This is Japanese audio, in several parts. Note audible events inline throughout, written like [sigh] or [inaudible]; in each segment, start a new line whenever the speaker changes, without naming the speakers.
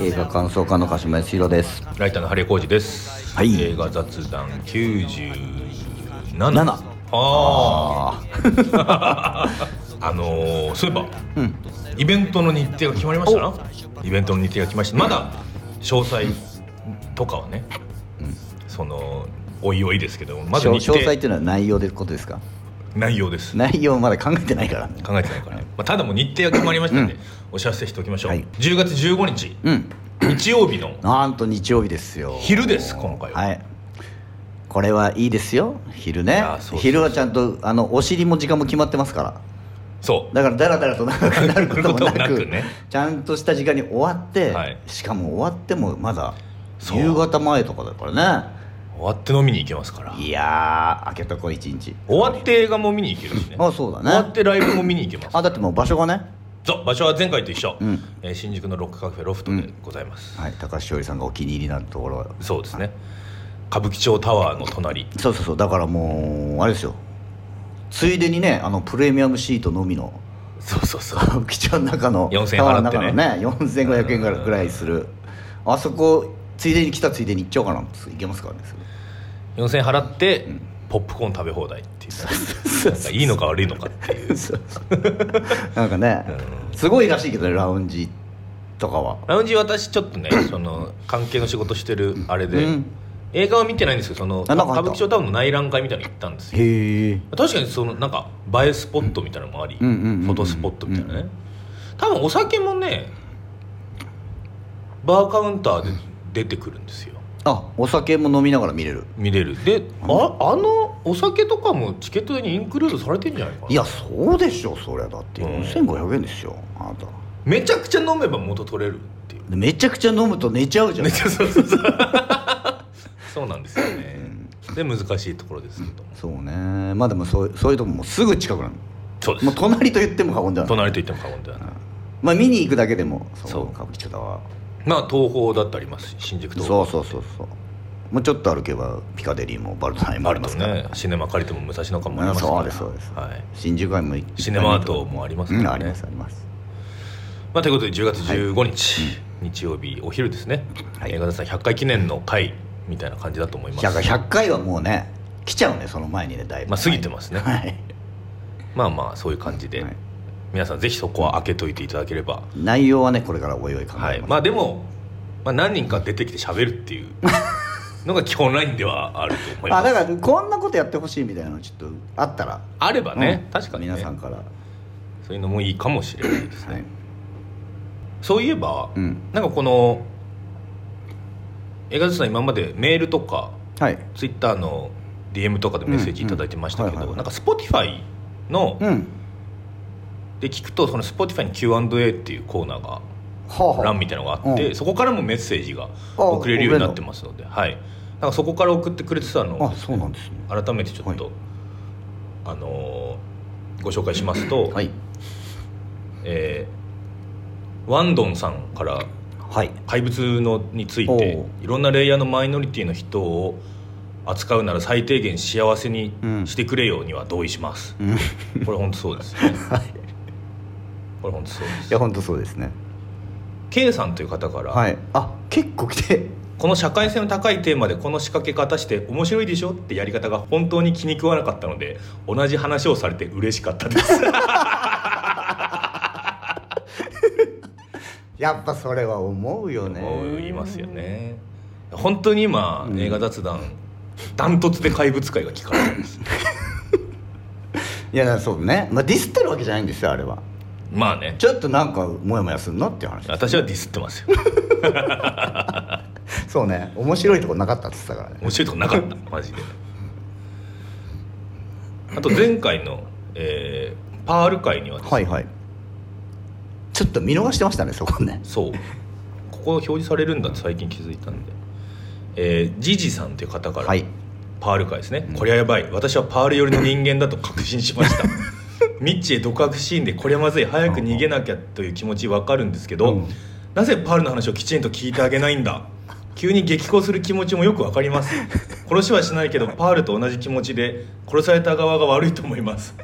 映画感想家の鹿島康弘です
ライターのハリコージです。
はい
映画雑談九十
7
七。あ
あ
あ、あのー、そういえば、
ん
イベントの日程が決まりました。イベントの日程が決まりました。まだ詳細とかはね、そのおいおいですけど、
あ
まず
詳
日
詳細ってい
程
うのは内容でことですか [laughs]
内容です。
内容まだ考えてないから
考えてないから、まあ、ただもう日程が決まりましたんで、お知らせしておきましょう、
はい
10月15日
うん
日曜日の
なんと日曜日ですよ
昼です今回は、
はいこれはいいですよ昼ね
やそうそうそう
昼はちゃんとあのお尻も時間も決まってますから
そう
だからだらだらと長くなることもなく
なることもなくね
ちゃんとした時間に終わって、
はい
しかも終わってもまだ
そう
夕方前とかだからね
終わって飲みに行けますから
いやー開けとこ一日
終わって映画も見に行けるしね
あそうだね
終わってライブも見に行けます
あだってもう場所がね
そう場所は前回と一緒、
うん
えー新宿のロックカフェロフトでございます、
はい高橋しおりさんがお気に入りなところ
そうですね歌舞伎町タワーの隣
そうそうそうだからもうあれですよついでにねあのプレミアムシートのみの
そうそうそう
[laughs] 歌舞伎町の中の
4000
タワーの
払ってね
中のね4500円ぐらいぐらいするあそこついでに来たついでに行っちゃおうかなって行けますからねそれ
4000円払って、ポップコーン食べ放題っていうなんかいいのか悪いのかっていう
なんかね、すごいらしいけどねラウンジとかは
ラウンジ私ちょっとねその関係の仕事してるあれで、
うん
映画は見てないんですけどその
あ
歌
なんか入った
舞伎町タワーの内覧会みたいなの行ったんですよ
へえ
確かにそのなんか映えスポットみたいなのもあり、
うんうんうんうん
フォトスポットみたいなね、多分お酒もねバーカウンターで出てくるんですよ
あお酒も飲みながら見れる
見れるでああのお酒とかもチケットにインクルードされてんじゃないかない
やそうでしょそれだって
うん
4500円ですよあなた
めちゃくちゃ飲めば元取れるっていう
でめちゃくちゃ飲むと寝ちゃうじゃん
めちゃそうそうそう [laughs] そうなんですよね、で難しいところですけども
そうねまあでもそうそういうとこもすぐ近くなの
そうです
もう隣と言っても過言ではない、
隣と言っても過言ではない、
まあ、見に行くだけでも
そう
歌舞伎町タワ
まあ東宝だってありますし新宿
ー
東
そ
宝
うそうそうそうもうちょっと歩けばピカデリーもバルトナインもあ
あ
り
る
ま
と
すから、
ねシネマ借りても武蔵野館もありますから
そうですそうです
はい
新宿街もいっぱい
シネマアートもありますからね
うんありますあります
まあ、ということで10月15日、日曜日お昼ですね、
はい
映画さん100回記念の回みたいな感じだと思います
だから100回はもうね来ちゃうねその前にねだいぶ
まあ過ぎてますね
はい
まあまあそういう感じで、
はい
皆さんぜひそこは開けといていただければ、
内容はねこれからおいおい考えます、
はい、まあでも、まあ、何人か出てきて喋るっていうのが基本ラインではあると思
[laughs]
い
あ
ます
だからこんなことやってほしいみたいなのちょっとあったら、
あればね、
うん
確かに、ね、
皆さんから、は
そういうのもいいかもしれないですね、
い、
そういえば、
うん
なんかこの映画さん今までメールとか
はい
ツイッターの DM とかでメッセージいただいてましたけ
うんうん
ど
はい
なんか Spotify の
うん
で聞くとその Spotify に Q&A っていうコーナーが
はあはあ
欄みたいなのがあっ
う
て
ん
そこからもメッセージが送れるようになってますのではいなんかそこから送ってくれてたの
あ
を
そうなんですね
改めてちょっと
は
あのーご紹介しますと
はい
えーワンドンさんから
はい
怪物のについ
お
て
う
いろんなレイヤーのマイノリティの人を扱うなら最低限幸せに
うん
してくれようには同意し
[laughs]
ます、
うんい
これ本当そうですよね、これ本当そうです
や本当そうですね
K さんという方から、
はいあ結構来て [laughs]
この社会性の高いテーマでこの仕掛け方して面白いでしょってやり方が本当に気に食わなかったので同じ話をされて嬉しかったです
[laughs] やっぱそれは思うよね
言いますよね本当に今、映画雑談ダントツで怪物会が聞かれてるんです
いやだからそうねまあディスってるわけじゃないんですよあれは
まあね
ちょっとなんかモヤモヤするなっていう話
私はディスってますよ
そうね面白いとこなかったって言ってたからね
面白いとこなかったマジであと前回の、えーパール会にはですね、
はいはいちょっと見逃してましたねそこね
そうここ表示されるんだって最近気づいたんで、えー、ジジさんという方から、
はい [laughs]
パール会ですね、これはやばい私はパール寄りの人間だと確信しま [laughs] したミッチへ独白シーンでこれはまずい早く逃げなきゃという気持ちわかるんですけど、
うん
なぜパールの話をきちんと聞いてあげないんだ急に激高する気持ちもよくわかります殺しはしないけどパールと同じ気持ちで殺された側が悪いと思います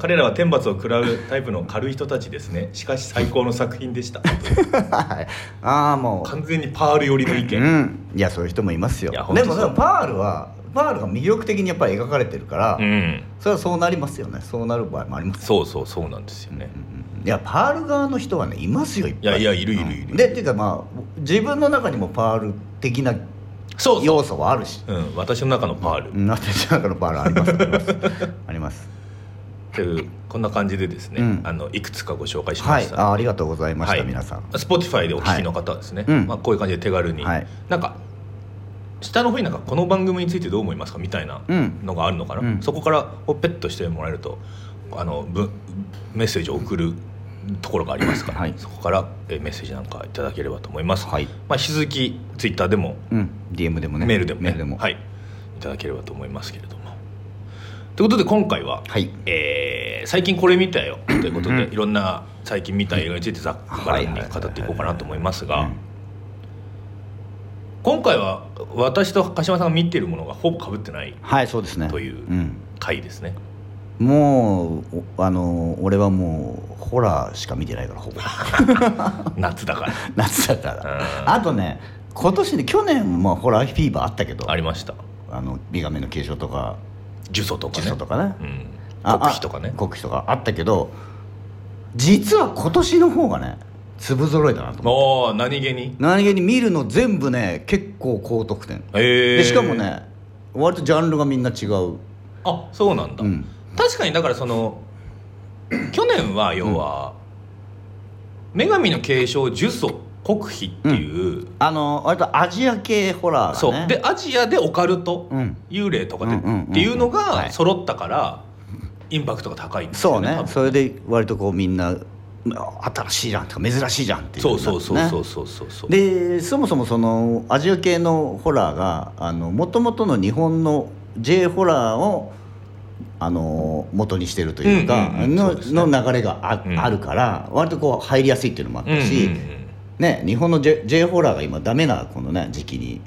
彼らは天罰を食らうタイプの軽い人たちですねしかし最高の作品でした
はいああも
完全にパール寄りの意
うう
見
んいやそういう人もいますよ
いや
で
本当
も
そう
でもパールはパールが魅力的にやっぱり描かれてるから、
うん
それはそうなりますよねそうなる場合もあります
そうそうそうなんですよね
いやパール側の人はねいますよいっぱい
いやいやいるいるいる
うんでっていうかまあ自分の中にもパール的な
そうそう
要素はあるし
うん私の中のパール
うん私の中のパールありますあり
[laughs]
ますあります
というこんな感じでですね、
うん
あのいくつかご紹介しま
はい
した、
あありがとうございました、
はい
皆さん
Spotify でお聞きの方はですね、
はいうん
まあ、こういう感じで手軽に、
はい
なんか下の方になんかこの番組についてどう思いますかみたいな
うん
のがあるのかな、
うん
そこからほっぺっとしてもらえるとあのぶメッセージを送るところがありますから、
はい
そこからえメッセージなんかいただければと思います、
はい
まあ、引き続き Twitter でも
うん DM でもね
メールでもね
メールでも
はい、いただければと思いますけれどもということで今回は、
はい
えー最近これ見たよということでいろんな最近見た映画についてざっく
は
ばら
い
んに語っていこうかなと思います
う
が
ん
今回は私と鹿島さんが見ているものがほぼ被ってない
はいそうですね
という
うん
回です
[laughs]
ね
もうおあの俺はもうホラーしか見てないからほ
[laughs]
ぼ
夏だから
夏だから
うん
あとね今年ね去年もホラーフィーバーあったけど
ありました
あの「女神の継承」とか
呪詛と
「
か
地
ね
祖」とかね
うん、
あ
国費とかね
あ国費とかあったけど実は今年の方がね粒揃いだなと思う
おー何気に
何気に見るの全部ね結構高得点
えー
でしかもね割とジャンルがみんな違う
あそうなんだ、
うん
確かにだからその去年は要は、女神の継承呪詛国費っていう、
あの割とアジア系ホラー
そ
がね
うでアジアでオカルト、
うん
幽霊とかで、
うんうんうんうん
っていうの
は
が
い
揃ったから、インパクトが高いんです
そ
よ
う
ね
ね
多分
それで割とこうみんな新しいじゃんとか珍しいじゃんっていう、
そうそうそうそううそうそうそう
でそもそもそのアジア系のホラーがあの元々の日本の J ホラーをあの元にしてるというか、
うんうんうんそ
の
うですね
の流れがあ,、
うん
あるから割とこう入りやすいっていうのもあっ
うんうんう
たし、
ん
ね、日本の J, J ホラーが今ダメなこのね時期に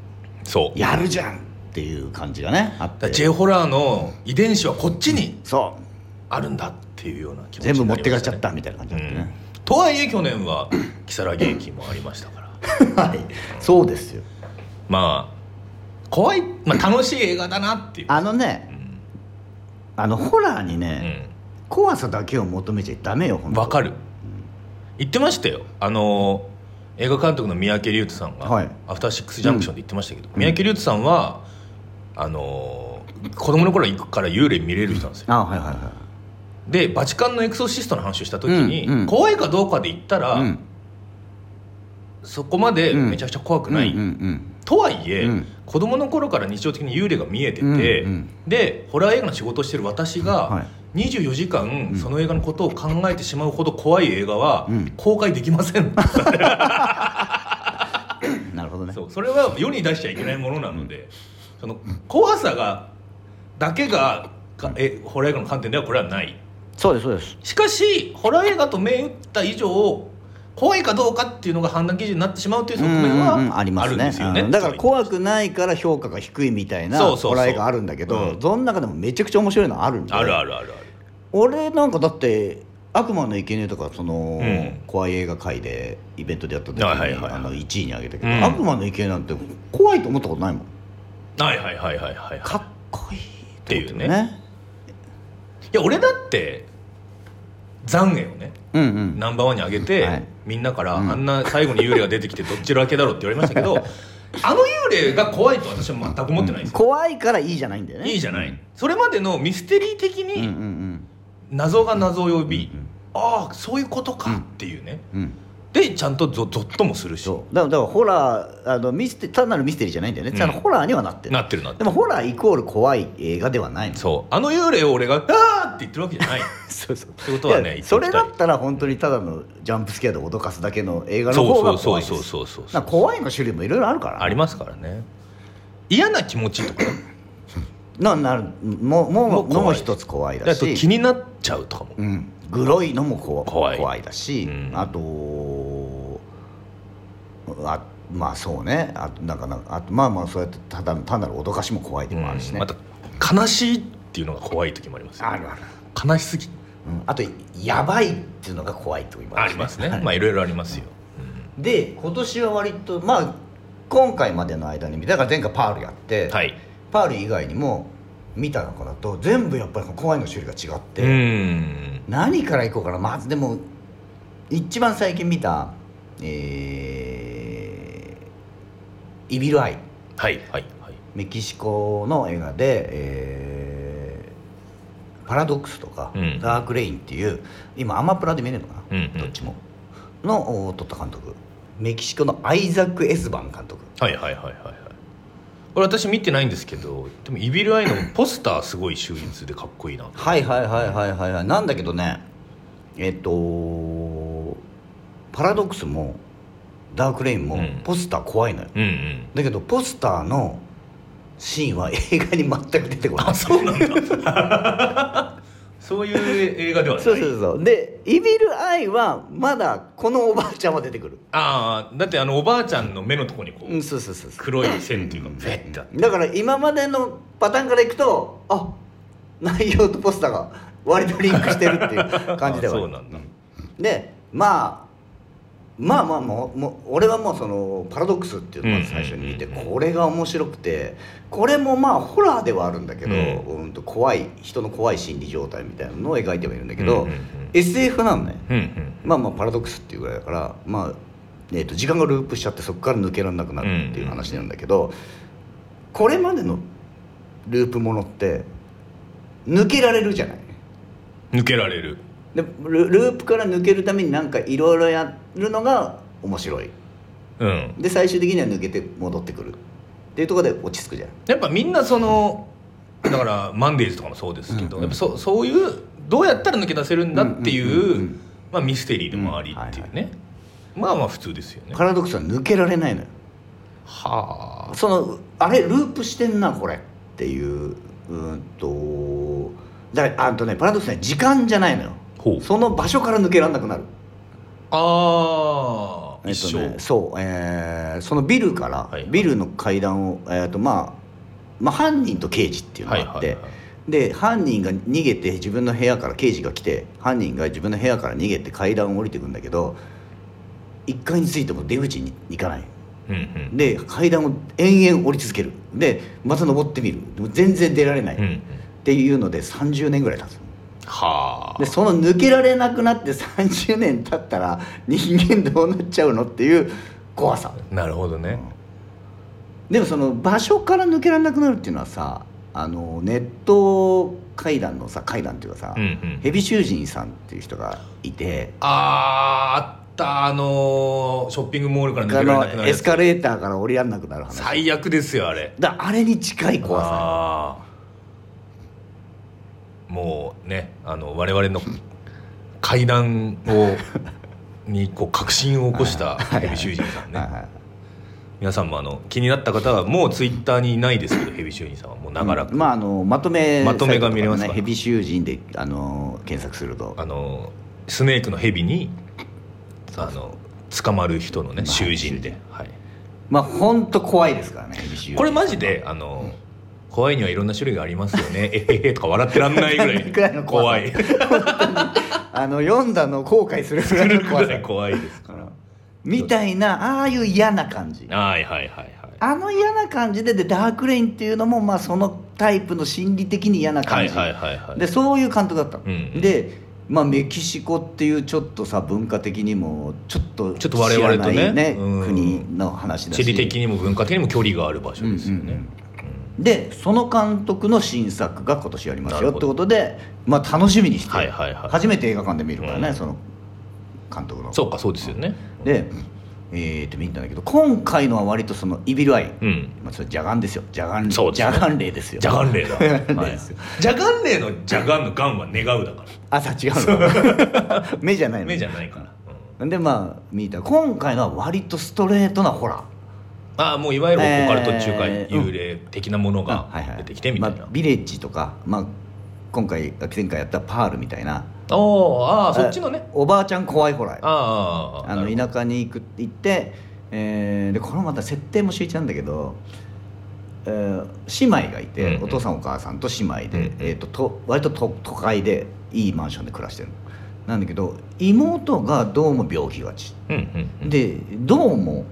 そうだ
やるじゃんっていう感じがねあっ
から
て
J ホラーの遺伝子はこっちに
そう
あるんだっていうような気持ち
全部
に
持
な
っ
り
て
ま
か
し
ちゃったた
ね
みたいな感じになってね、
うんとはいえ去年は如月駅もありまし
[laughs]
たから
はいそうですよ
まあ怖い、まあ、楽しい映画だなっていう
あのね
うん
あのホラーに
う
ね、
ん
怖さだけを求めちゃダメよ本当
わかる言ってましたよあの映画監督の三宅龍太さんが、
はい
アフターシックスジャンクションで言ってましたけど、三宅龍太さんはあの子供の頃行くから幽霊見れる人なんですよ
あはいはいはい
でバチカンのエクソシストの話をした時に、
うんうん
怖いかどうかで言ったら、
うん
そこまでめちゃくちゃ怖くない、
うんうん
とはいえ、
うん
子供の頃から日常的に幽霊が見えてて、
うんうん
でホラー映画の仕事をしてる私
は
が24時間その映画のことを考えてしまうほど怖い映画は
うん
公開できませ
う
ん、
んなるほどね
そうそれは世に出しちゃいけないものなので、その怖さがだけがかえホラー映画の観点ではこれはない
そうですそうです
しかしホラー映画と銘打った以上怖いかどうかっていうのが判断基準になってしまうという側面は
うんうんうんありま
ある
す
ん
ね
ですよね、
うんだから怖くないから評価が低いみたいな
そうそうそう
ホラー映画あるんだけど
うん
その中でもめちゃくちゃ面白いのあるんで
あるあるあるある
俺なんかだって「悪魔の生贄とかその、
うん
怖い映画界でイベントでやった時に、
はいはいはい
あの1位に挙げたけど、
うん
悪魔の生贄なんて怖いと思ったことないもん
はいはいはいはいはいはい
かっこいいと思
っていうねいや俺だって残影をね
うんうん
ナンバーワンに上げて、
はい
みんなから、
うん
あんな最後に幽霊が出てきてどっちらけだろうって言われまし
[laughs]
たけどあの幽霊が怖いと私は全く思ってないんですよ、
怖いからいいじゃないんだよね
いいじゃない、
うん
それまでのミステリー的
うん
に謎が謎を呼び、ああそういうことかっていうね、
うんうんうん
でちゃんとゾゾッともするし
そうだからだからホラーあのミステ単なるミステリーじゃないんだよね、
うん
ただホラーにはなってる
なってるなって
で
る
もホラーイコール怖い映画ではないの
そうあの幽霊を俺が「あーって言ってるわけじ
[laughs]
ゃない
そうそう
ってことはね
いや
言って
そ
おきた
れ
い
だったら本当にただのジャンプスケアで脅かすだけの映画の方
そう
が怖
そう
いです
そうそうそうそ
な
うん
か怖いの種類もいろいろあるから
ありますからね嫌な気持ちとか
ななるもも
も
も
怖い
のも一つ怖い
だ
だ
と気
し、
になっちゃうとかも
うん、グロいのも怖
怖い
怖いだし、
うん
あとあまあそうねあとなんかなんかあとまあまあそうやってただ単なる脅かしも怖いでもあるしね、
また悲しいっていうのが怖い時もありますよ
あ
ね、
るある、
悲しすぎ
うん、あとやばいっていうのが怖いと今
ありますね、
はい
まあいろいろありますよ、
で今年は割とまあ今回までの間にだから前回パールやって、
はい
パール以外にも見た中だと全部やっぱり怖いの種類が違っ
う
て、
ん
何からいこうかなまずでも一番最近見たえーイビル・アイ
はいはいはい
メキシコの映画で、えーパラドックスとか、
うん
ダーク・レインっていう今アマプラで見れるのかな、
うんうん
どっちものお撮った監督メキシコのアイザック・エスバン監督
はいはいはいはいはいこれ私見てないんですけどでもイビル・アイのポスターすごい秀逸でかっこいいなと
はいはいはいはいはいはいなんだけどねえっとパラドックスもダーク・レインも
うん
ポスター怖いのよ、
うんうん
だけどポスターのシーンは映画に全く出てこない
あそうなんだ [laughs] そういう映画ではない
そうそうそうで「イビル・アイ」はまだこのおばあちゃんは出てくる
ああだってあのおばあちゃんの目のとこにこう、
うんそうそうそうそう
黒い線っていうかフェッてあって
だから今までのパターンからいくとあ内容とポスターが割とリンクしてるっていう感じではあ
あ
る
そうなんだ
でまあまあまあもうもう俺はもうそのパラドックスっていうのをまず最初に見て
うんうんうん
これが面白くてこれもまあホラーではあるんだけど、
う
うん、と怖い人の怖い心理状態みたいなのを描いてはいるんだけど、
うんうんうん
SF なのね
うんうん
まあまあパラドックスっていうぐらいだからまあ、えー、と時間がループしちゃってそこから抜けられなくなるっていう話なんだけど、これまでのループものって抜けられるじゃない
抜けられる
でルループから抜けるためになんかいろいろやるのが面白い
うん
で最終的には抜けて戻ってくるっていうところで落ち着くじゃん
やっぱみんなそのだからマンデーズとかもそうですけど、
うんうん
やっぱそそういうどうやったら抜け出せるんだっていう,、
うんうんうんうん
まあ、ミステリーでもありっていうね、
うんはい
まあまあ普通ですよね
パラドックスは抜けられないのよ
はあ
そのあれループしてんなこれっていううーんとだからあとねパラドックスね時間じゃないのよ
ほう
その場所から抜けられなくなる
ああ
えっと
一
ね
生
そう、えーそのビルから、
はい
ビルの階段を、えーとまあ、まあ犯人と刑事っていうのがあって、
はいはいはい
で犯人が逃げて自分の部屋から刑事が来て犯人が自分の部屋から逃げて階段を降りてくんだけど1階に着いても出口に行かない
うんうん
で階段を延々降り続けるでまた登ってみるでも全然出られない、
うんう
っ
ん
ていうので30年ぐらい経つの
はあ
でその抜けられなくなって30年経ったら人間どうなっちゃうのっていう怖さ
なるほどね、
でもその場所から抜けられなくなるっていうのはさあのネット階段のさ階段っていうかさ、
うんうん
ヘビ囚人さんっていう人がいて
あーあったあのーショッピングモールから抜
あ
けられ
の
なくなる
エ
や
ス
つ
カレーターから降りられなくなる話
最悪ですよあれ
だあれに近い怖さ
あーもうねあの我々の階段をにこう革新を起こしたヘビ囚人さん
はいはい
ね皆さんもあの気になった方はもうツイッターにいないですけどヘビ囚人さんはもう長らく、
うんまああのまとめ
まとめが見れます
サイ
か
トとねヘ
ら
ビ囚人であの検索すると
あのスネークのヘビにあの捕まる人の
ま
ね
あ
囚人で、はい、
まあ本当怖いですからねヘビ囚人
これマジであの、怖いにはいろんな種類がありますよね。えへへとか笑ってらんないぐらい
ぐらいの [laughs] 怖さ
怖い。
あの読んだのを後悔するぐらいの怖
ぐ
さ
らい怖いですか
うんみたいなああいう嫌な感じ
ら。はいはいはいはい。
あの嫌な感じででダークレインっていうのもまあそのタイプの心理的に嫌な
は
感
い
じ、
はいはいはい。
でそういう監督だったの、
うんうん
で、まあ、メキシコっていうちょっとさ文化的にもちょっと
ちょっと我々とね
知らない
うん
国の話だし
地理的にも文化的にも距離がある場所ですよね。
うんうんでその監督の新作が今年やりますよってことで、まあ、楽しみにして、
はいはいはい
初めて映画館で見るからね、
うん
その監督の
そうかそうですよね。
でえー、って見たんだけど今回のは割とそのイビルアイ、
うん。
まあ、それ邪眼ですよ邪眼
そうですね
邪眼霊ですよ
ジャガン霊だ。
ジャガン
は
霊
い
[laughs] ですよ
ジャガン霊のジャガンのガンは願うだか
朝違うの [laughs] 目じゃない
ら。
の
目じゃないから。うん
でまあ見た今回のは割とストレートなホラー
ああもういわゆるオカルト中華
えー
幽霊的なものが
はいはい
出てきてみたい
ま
な
あ、。ビレッジとか、まあ、今回前回やったパールみたいな
おーああそっちのね。
おばあちゃん怖いホラー
あーあーあー
あの田舎に行く行ってえーでこのまた設定も秀逸なんだけど、えー姉妹がいて、
うんうん
お父さんお母さんと姉妹で、
うんうん
えー、とと割とと都会でいいマンションで暮らしてるのなんだけど妹がどうも病気がち
うんうんうん
でどうも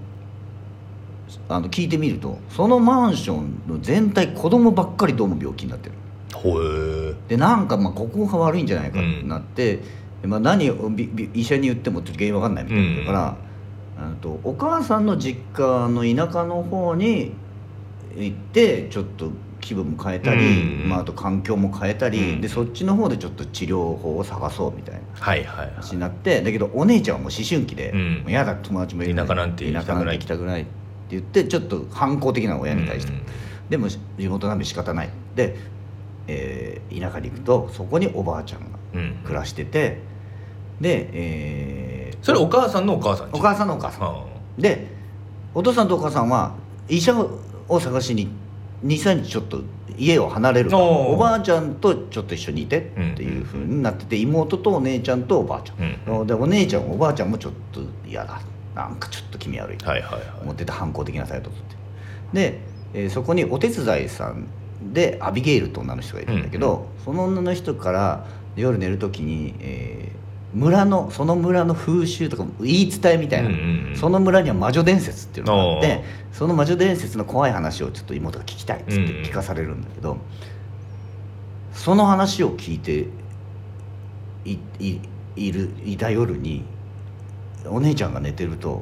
あの聞いてみるとそのマンションの全体子供ばっかりどうも病気になってる
ほえ
でなんかまあここが悪いんじゃないかってなって、でまあ、何をびび医者に言ってもちょっと原因わかんないみたいなだから、あのとお母さんの実家の田舎の方に行ってちょっと気分も変えたり、
うん
まあ、あと環境も変えたり、
うん
でそっちの方でちょっと治療法を探そうみたいな
はいはいは
話になってだけどお姉ちゃんはもう思春期で、
うん
もう嫌だ友達もいる
田舎なんて行
田
きた
舎
くない
なんて行きたくないって言ってちょっと反抗的な親
い
に対して。
うん
でもし地元なんで仕方ないで、えー田舎に行くとそこにおばあちゃんが
うんうん
暮らしててで、えー
それお母さんのお母さん
お
さ
母さんのお母さんでお父さんとお母さんは医者を探しに23日ちょっと家を離れるから
おー
おばあちゃんとちょっと一緒にいてっていうふうになってて妹とお姉ちゃんとおばあちゃん、
う
でお姉ちゃんおばあちゃんもちょっと嫌だなんかちょっと気味悪い
はいは
持
い
っ
は
てた反抗的な態度をとってで、えーそこにお手伝いさんでアビゲイルと女の人がいるんだけど、その女の人から夜寝る時に、えー村のその村の風習とか言い伝えみたいな、
うんうんうん
その村には魔女伝説っていうのがあっ
お
て
う
その魔女伝説の怖い話をちょっと妹が聞きたいっつって
うんうん
聞かされるんだけど、その話を聞いていいいるいた夜にお姉ちゃんが寝てると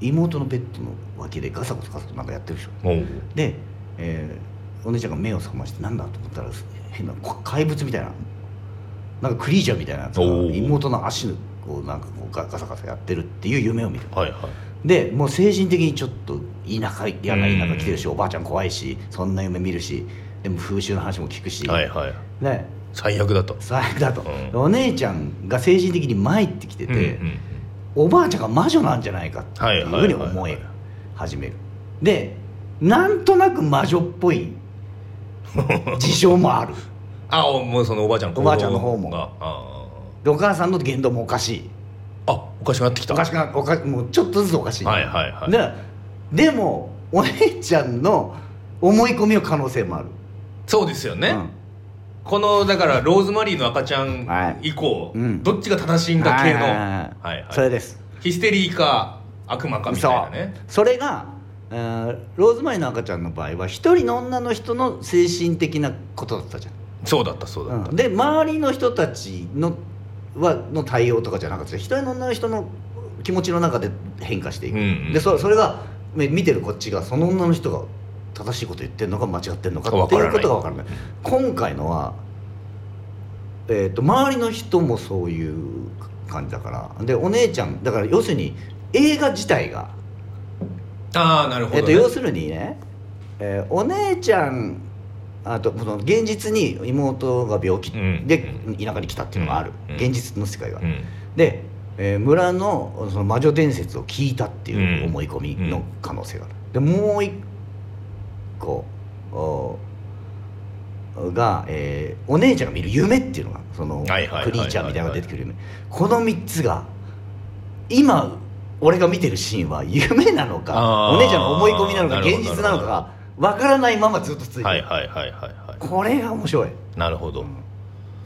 妹のベッドの脇でガサゴサガサゴサなんかやってるでしょ
いおう
で、えーお姉ちゃんが目を覚ましてなんだと思ったら変なこ怪物みたいななんかクリーチャーみたいなやつが
おー
妹の足をなんかこうガガサガサやってるっていう夢を見る
はいはい
でもう精神的にちょっと田舎嫌な田舎来てるしおばあちゃん怖いしそんな夢見るしでも風習の話も聞くし、
はいはい
ね
最悪だと
最悪だと、
うん
お姉ちゃんが精神的に参ってきてて、
うんうん
おばあちゃんが魔女なんじゃないかっていうふうに思い始めるでなんとなく魔女っぽ
[laughs]
い事情もある
あおもうそのおばあちゃん
おばあちゃんの方も
行動があ
でお母さんの言動もおかしい
ああおかしくなってきた
おかしくなおかもうちょっとずつおかしい、
はいはいはい
ででもお姉ちゃんの思い込みの可能性もある、
そうですよね、
うん
このだからローズマリーの赤ちゃ
は
ん
い
以降、
うん
どっちが正しいんだ系の、
はい
は
はいい
はい
それです
ヒステリーか悪魔かみたいなね
そうそれが、えーローズマリーの赤ちゃんの場合は一人の女の人の精神的なことだったじゃん
そうだったそうだった、
うんで周りの人たちのはの対応とかじゃなくて一人の女の人の気持ちの中で変化していく、
うんうん
でそそれがめ見てるこっちがその女の人が正しいこと言ってるのか間違ってるのか
わ
って
から
い
な
うこ
い
とが分からない今回のは、えー、と周りの人もそういう感じだからでお姉ちゃんだから要するに映画自体が、
ああなるほ
え
ど、
ー、
ね
と要するにね、えーお姉ちゃんあとその現実に妹が病気
うん
で田舎に来たっていうのがある、
うん
現実の世界が、
うん
で、えー村のその魔女伝説を聞いたっていう
うん
思い込みの可能性がある、でもう一個おが、えーお姉ちゃんが見る夢っていうのがそのクリ
はいはいはいはいはい
ーチャーみたいなのが出てくる夢この3つが今俺が見てるシーンは夢なの
あ
か
ー
お姉ちゃんの思い込みなのか
なるほ
現
ど
実なのかがわからないままずっと続いてる、
はいはいはいはいは
これが面白い。
いなるほど、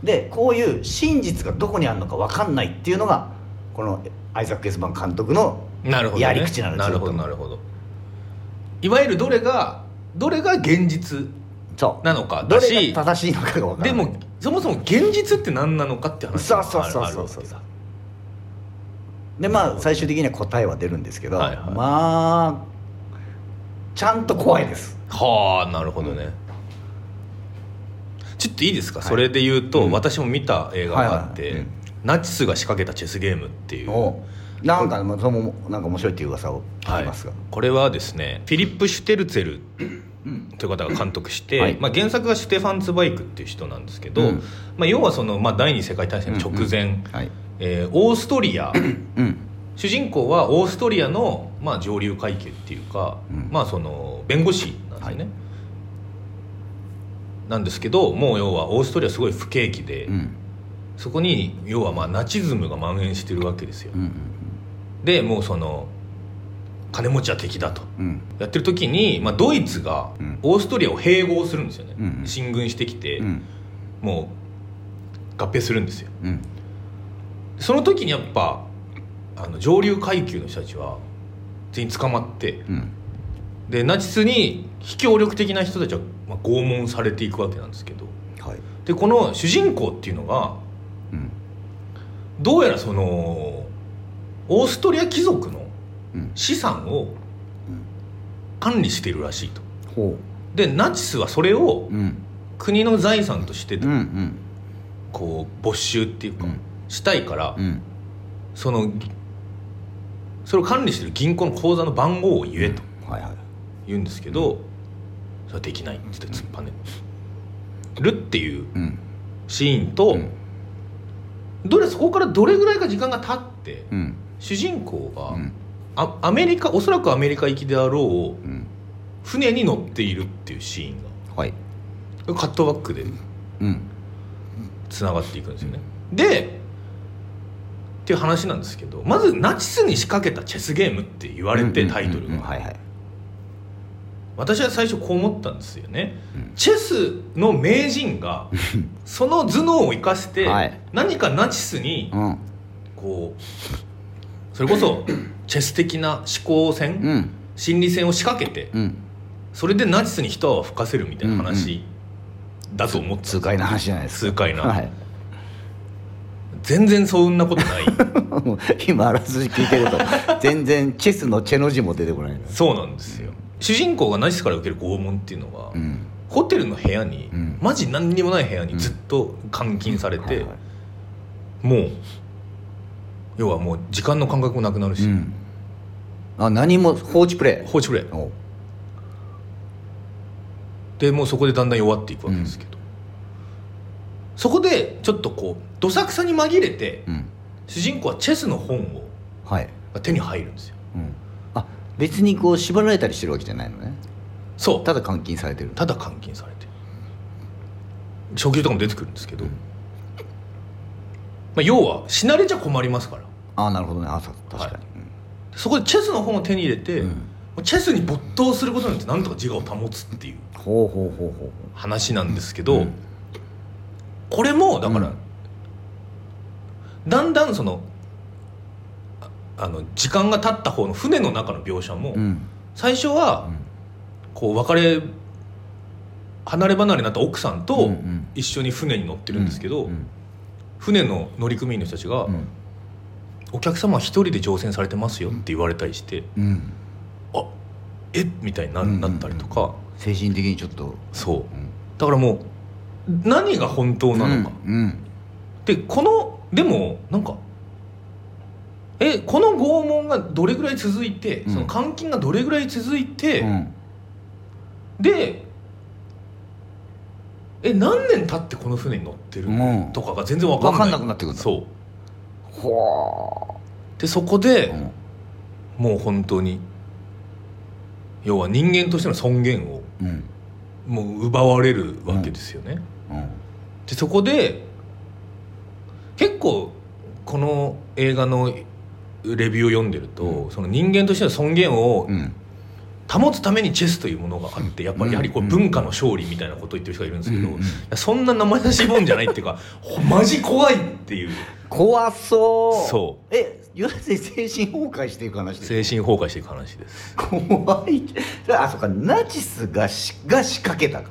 でこういう真実がどこにあるのか分かんないっていうのがこのアイザック・エスバン監督の
なるほど、ね、
やり口なの
なるほ
ず
ど
っと
なるほどいわゆるどれがどれが現実
そう
なのか
ど
だ
れ
し
が正しいのかが分か
で
らない
もそもそも現実って何なのかって話
そうそうそうそうそうでまあ最終的には答えは出るんですけど、
はいはい
まあちゃんと怖いです
はあなるほどね、ちょっといいですか、
はい
それで言うと、
うん
私も見た映画があって、
はいはいはいうん
ナチスが仕掛けたチェスゲームっていう
おうなんかまあそれもなんか面白いっていう噂を聞
は
き
い
ますが、、
これはですねフィリップ・シュテルツェルという方が監督して、
はい
まあ、原作がシュテファン・ツバイクっていう人なんですけど、
うん
まあ、要はその、まあ、第二次世界大戦の直前、
はい
えーオーストリア
うん
主人公はオーストリアの、まあ、上流階級っていうか、
うん
まあその弁護士なんですよね、
は
なんですけどもう要はオーストリアすごい不景気で、
うん
そこに要はまあナチズムが蔓延してるわけですよ、
うん
でもうその金持ちは敵だと
うん
やってる時に、まあ、ドイツが
うん
オーストリアを併合するんですよね、
うん
進軍してきて、
うん
もう合併するんですよ
うん
その時にやっぱあの上流階級の人たちは全員捕まって
うん
でナチスに非協力的な人たちはまあ拷問されていくわけなんですけど
はい
でこの主人公っていうのが
うん
どうやらそのオーストリア貴族の
うん
資産を
うん
管理しているらしいと
ほ
でナチスはそれを
ううん
国の財産として
うんうん
こう没収っていうか
うん
したいから
うん
そのそれを管理してる銀行の口座の番号を言えと
はいはい
言うんですけどそれはできないって言って突っぱねるっていう
うん
シーンと
うん
どれそこからどれぐらいか時間が経って
うん
主人公が
うん
あアメリカおそらくアメリカ行きであろう
うん
船に乗っているっていうシーン
はい
がカットバックで
うん
つながっていくんですよね。でっていう話なんですけどまずナチスに仕掛けたチェスゲームって言われてタイト
うん
ル
うんうんうん
が
はいはい
私は最初こう思ったんですよね
うん
チェスの名人がその頭脳を生かして
はい
何かナチスに
うん
こうそれこそチェス的な思考戦
うん
心理戦を仕掛けて
うん
それでナチスに一泡吹かせるみたいな話だと思って
痛快な話じゃないです
痛快
か
な
はい [laughs]
全然そんなことない
もう今あらすじ聞いてると全然チェスのチェの字も出てこないの
そうなんですよ主人公がナチスから受ける拷問っていうのは
うん
ホテルの部屋に
うん
マジ何にもない部屋にずっと監禁され
はい
て
はい
もう要はもう時間の感覚もなくなる
う
し
んあ何も放置プレ
放置プレイ
イお
でもうそこでだんだん弱っていくわけですけど、そこでちょっとこうどさくさに紛れて
うん
主人公はチェスの本を
はい
が手に入るんですよ
うんあ別にこう縛られたりしてるわけじゃないのね
そう
ただ監禁されてる
ただ監禁されて初級とかも出てくるんですけど、
うん
まあ、要は死なれちゃ困りますから
ああなるほどねあそう確かに
そこでチェスの本を手に入れて、
うんう
も
ん
うチェスに没頭することによってなんとか自我を保つっていう
ほうほうほうほう
話なんですけ
う
ど、
ん
これもだか
う
ら、
ん
だんだんそのああの時間が経った方の船の中の描写も、
うん
最初は
うん
こう別れ離れ離れになった奥さ
う
んと
んうん
一緒に船に乗ってるんですけど、
うん
船の乗組員の人たちが「
うん
お客様は一人で乗船されてますよ」って言われたりして
うん
「あえみたいにな,、
うんうんうん
ったりとか
精神的にちょっと
そう
うん
だからもう何が本当なのか、
うん
でこのでもなんかえこの拷問がどれぐらい続いて、
うん
その監禁がどれぐらい続いて、
うん
でえ何年経ってこの船に乗ってる、
うん
とかが全然わかんない
わかんなくなってくるんだ
そう
ほ
でそこで、
ううん
もう本当に要は人間としての尊厳を
うん
もう奪われるわけですよね、
うん
でそこで結構この映画のレビューを読んでると、
う
その人間としての尊厳を
うん
保つためにチェスというものがあってやっぱ
うん
りやはりこう
うん
文化の勝利みたいなことを言ってる人がいるんですけど、
うんうん
いやそんな生々しいもんじゃないっていうかほマジ怖いっていう
怖そう
そう
え要するに精神崩壊していく話で
精神崩壊していく話です
怖いあそうかナチスがしが仕掛けたか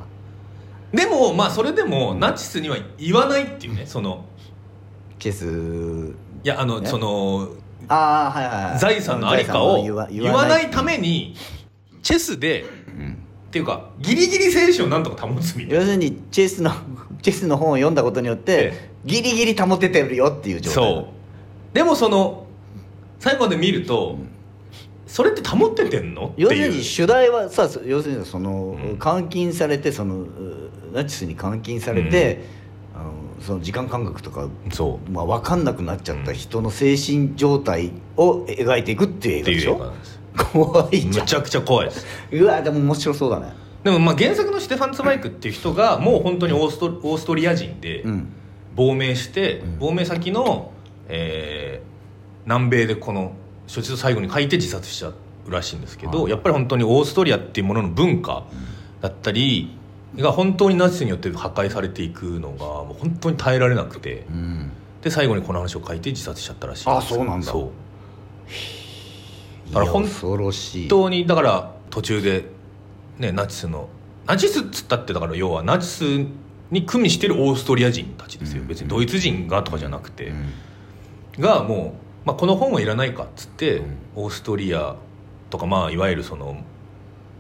でもまあそれでもナチスには言わないっていうねその
チェス
いやあの、
ね
その
ああはいはいはい
財産のありか
財
を
産
言
の
わ
言
ないためにチェスで
うん
っていうかギリギリ精神をなんとか保つみたい
要するにチェスのチェスの本を読んだことによって
え
ギリギリ保ててるよっていう
な
状態
そうでもその最後まで見ると、
ん
それって保っててんのって
要する
い
に
う
主題はさ要するにその、
うん
監禁されてそのうナチスに監禁されて、あのその時間感覚とか
そ
まあ、分かんなくなっちゃった人の精神状態を描いていくっていう
う
映画
って
で
い
し
う映画
ょ
なんです
怖いじゃ
む
ん
ちゃくちゃ怖いです
うわでも面白そうだね
でもまあ原作のシテファン・ツバイクっていう人がもう本当にオーストオーストリア人で
うん
亡命して
うん
亡命先の、えー南米でこの処置と最後に書いて自殺しちゃうらしいんですけど、
はい
やっぱり本当にオーストリアっていうものの文化だったりが本当にナチスによって破壊されていくのがもう本当に耐えられなくて
うん
で最後にこの話を書いて自殺しちゃったらしい
あそうなんだ
そう
いや
だからほん
恐ろしい
本当にだから途中で、ね、ナチスのナチスっつったってだから要はナチスに組みしてるオーストリア人たちですよ、
うん
別にドイツ人がとかじゃなくて、
うん
がもう、まあ、この本はいらないかっつって、
うん
オーストリアとか、まあ、いわゆるその、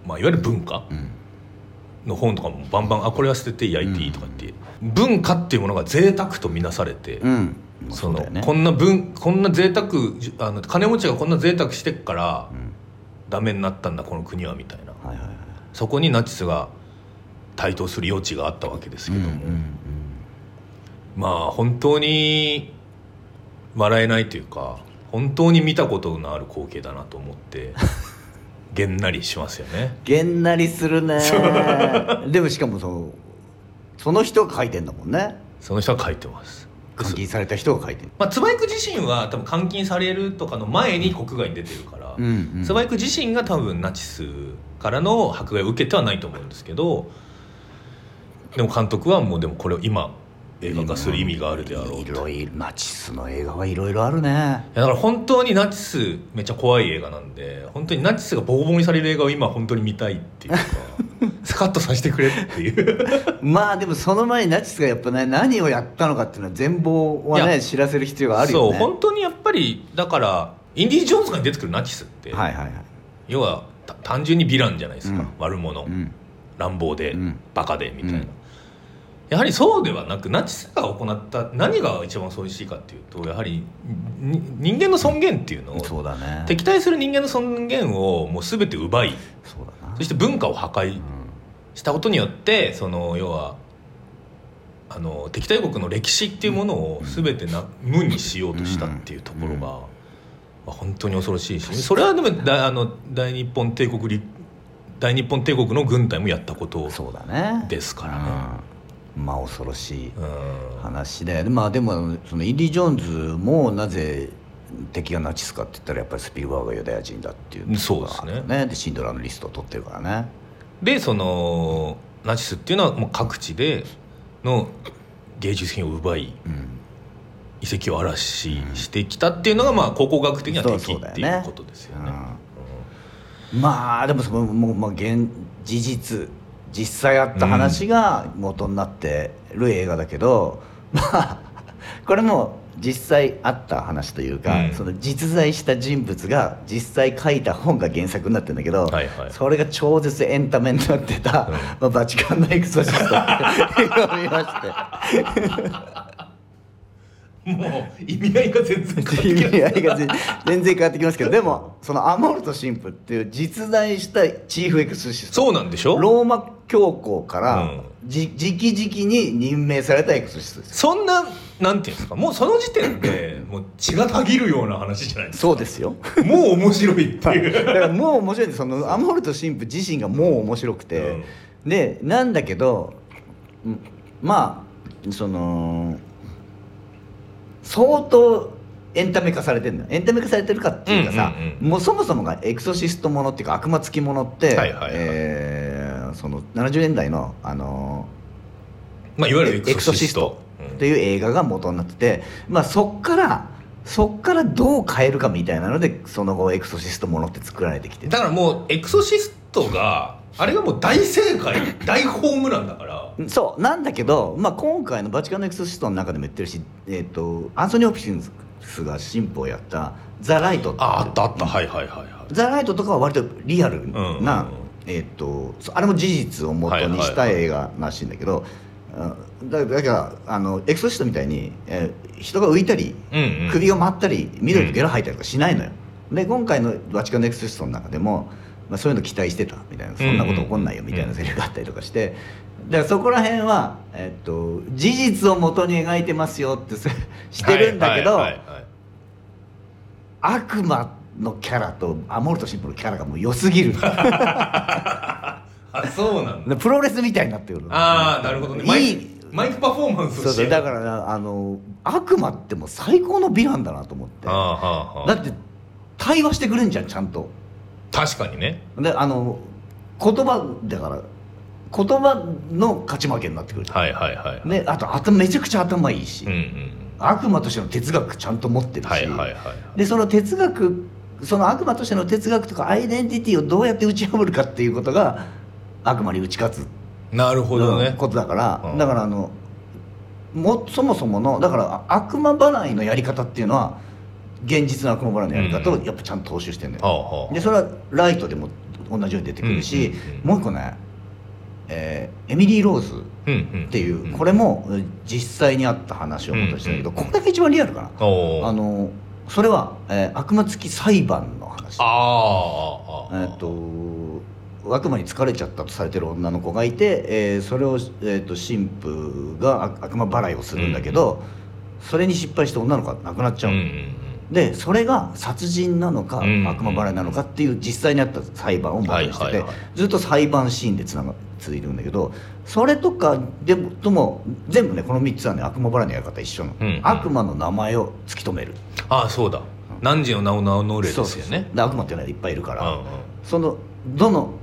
まあ、いわゆる文化
うん
の本とかもバンバンあこれは捨てて焼いていいとかって、文化っていうものが贅沢とみなされて、
うんまあ
そ
そう
の
だよね
こんな分こんな贅沢じあの金持ちがこんな贅沢してっから
うん
ダメになったんだこの国はみたいな
はいはいはい
そこにナチスが台頭する余地があったわけですけど
う
も、
んうんうん
まあ本当に笑えないというか本当に見たことのある光景だなと思って
[laughs]
げんなりしますよね
げんなりするねでもしかもそのその人が書いてんだもんね
その人は書いてます
監禁された人が書いてる
まあ、ツバイク自身は多分監禁されるとかの前に国外に出てるから、
ん
スバイク自身が多分ナチスからの迫害を受けてはないと思うんですけどでも監督はもうでもこれを今映画化する意味があるであろう
い
と
ろいろナチスの映画はいろいろあるね [laughs]
いやだから本当にナチスめっちゃ怖い映画なんで本当にナチスがボコボコにされる映画を今本当に見たいって
[laughs]
いうかスカッとさせてくれっていう
まあでもその前にナチスがやっぱね何をやったのかっていうのは全貌はいね
や
知らせる必要があるよ
そう
ね
本当にやっぱりだからインディ・ジョーンズが出てくるナチスって、
はいはいはい
要はた単純にヴィランじゃないですか、
うん
悪者、
うん
乱暴で、
うん
バカでみたいな、
うん
やはりそうではなくナチスが行った何が一番恐ろしいかっていうとやはりに人間の尊厳っていうのを
そうだね
敵対する人間の尊厳をもう全て奪い
そうだな
そして文化を破壊したことによってその要はあの敵対国の歴史っていうものを全てな無にしようとしたっていうところが、
うん
まあ、本当に恐ろしいしそれはでもだあの大日本帝国立大日本帝国の軍隊もやったこと
うん
を
そうだね
ですからね。
うんまあ恐ろしい
うん
話で、まあでもそのインディ・ジョーンズもなぜ敵がナチスかって言ったらやっぱりスピルバーグがユダヤ人だっていう
そうですね
ところがあるよでシンドラーのリストを取ってるからね
でそのナチスっていうのはもう各地での芸術品を奪い
うん
遺跡を荒らししてきたっていうのがまあ考古学的には
そう
敵
そうだ
っ
よ
て
ね
いうことですよね。
まあでもそのもう、まあ、現事実実際あった話が元になってる映画だけど、 [laughs] まあこれも実際あった話というか、
うん
その実在した人物が実際書いた本が原作になってるんだけど、
はいはい
それが超絶エンタメになってた「
うん
まあ、バチカンのエクソシスト」って [laughs] いう映画を見まして。
もう意味合いが全
意
然変わってき
味合いが全全然変わってきますけどでもそのアモルト神父っていう実在したチーフエクスシ
た
スト
そうなんでしょ
ローマ教皇から、
うん
じ直々に任命されたエクソシストです
そんななんていうんですかもうその時点でもう血がたぎるような話じゃないです
そうです [laughs] よ
[laughs] かもう面白いって
だ
いう。
からもう面白いんですそのアモルト神父自身がもう面白くて、でなんだけどうんまあその相当エンタメ化されてるのエンタメ化されてるかっていうかさ、
うんうん
もうそもそもがエクソシストものっていうか悪魔つきものって、
はいはいはい
えーその70年代の、あの
まあいわゆる
エクソシスト
うん
という映画が元になってて、まあ、そっからそっからどう変えるかみたいなのでその後エクソシストものって作られてきてる
だからもうエクソシストがあれがもう大正 [laughs] 解大ホームランだから
そうなんだけど、まあ、今回の「バチカンのエクソシスト」の中でも言ってるし、えー、とアンソニー・オプシンスが神父をやった「ザ・ライト」
ああったあったはいはいはいは
ザ・ライト」とかは割とリアルな、
うんうんうん
えー、とそうあれも事実を元にした映画らしいんだけど、うんだだからあのエクソシストみたいに、えー人が浮いたり
いうんうん
首を回ったり緑のゲロ吐いたりとかしないのよ、で今回の「バチカンのエクソシスト」の中でも、まあ、そういうの期待してたみたいなそんなこと起こんないよみたいなセリフがあったりとかしてだからそこら辺は、えっと、事実を元に描いてますよって
[laughs]
せしてるんだけど、
はいはいはいはい
悪魔のキャラとアモルトシンプルのキャラがもう良すぎ
[laughs]
る
あそうなんだ
プロレスみたいになってくる
ああなるほどねマ
い
イ
い
クマイクパフォーマンスを
そう
して
そう
る
だからあの悪魔ってもう最高のヴィランだなと思って
ああはあはあ
だって対話してくれんじゃんちゃんと
確かにね
であの言葉だから言葉の勝ち負けになってくるじゃん、
はいはいはい
であと頭めちゃくちゃ頭いいし、
うんうん
悪魔としての哲学ちゃんと持ってるし、
はいはいはい
でその哲学その悪魔としての哲学とかアイデンティティをどうやって打ち破るかっていうことが悪魔に打ち勝つ
なるほどね
ことだから、
うん
だからあのもそもそものだからあ悪魔払いのやり方っていうのは現実の悪魔払いのやり方をやっぱちゃんと踏襲してるんだよ、
はあは
でそれはライトでも同じように出てくるし、
うんうん
もう一個ね、えーエミリー・ローズっ
あうんうん
ていう、
ん
これも実際にあった話をもとにしたんだけど、
うん
これが一番リアルかな、
おー
あのそれは、えー悪魔付き裁判の話
あああ
え
あああ
ーっと悪魔に疲れちゃったとされてる女の子がいて、えーそれを、えーっと神父が悪悪魔払いをするんだけど、それに失敗して女の子が亡くなっちゃう、
うんうんうん
でそれが殺人なのか、
うん
悪魔払いなのかっていう実際にあった裁判を元にしてて、
はいはいはい
ずっと裁判シーンでつながついてるんだけどそれとかでもとも全部ねこの3つはね悪魔払いのやり方一緒なの、
うん
悪魔の名前を突き止める
ああそうだ何時の名を名乗れですよ
そうそう
ね
そうで悪魔っていうのはいっぱいいるから、
うんうん
そのどの